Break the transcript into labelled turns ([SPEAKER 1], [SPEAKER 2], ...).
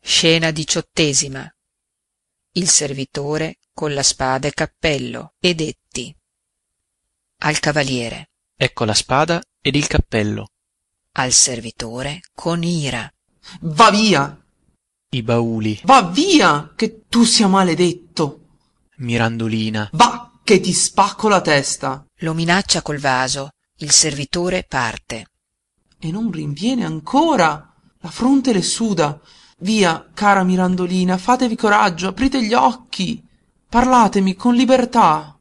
[SPEAKER 1] scena diciottesima il servitore con la spada e cappello e detti al cavaliere
[SPEAKER 2] ecco la spada ed il cappello
[SPEAKER 1] al servitore con ira
[SPEAKER 3] va via
[SPEAKER 2] i bauli
[SPEAKER 3] va via che tu sia maledetto
[SPEAKER 2] mirandolina
[SPEAKER 3] va che ti spacco la testa
[SPEAKER 1] lo minaccia col vaso il servitore parte
[SPEAKER 3] e non rinviene ancora la fronte le suda via cara mirandolina fatevi coraggio aprite gli occhi parlatemi con libertà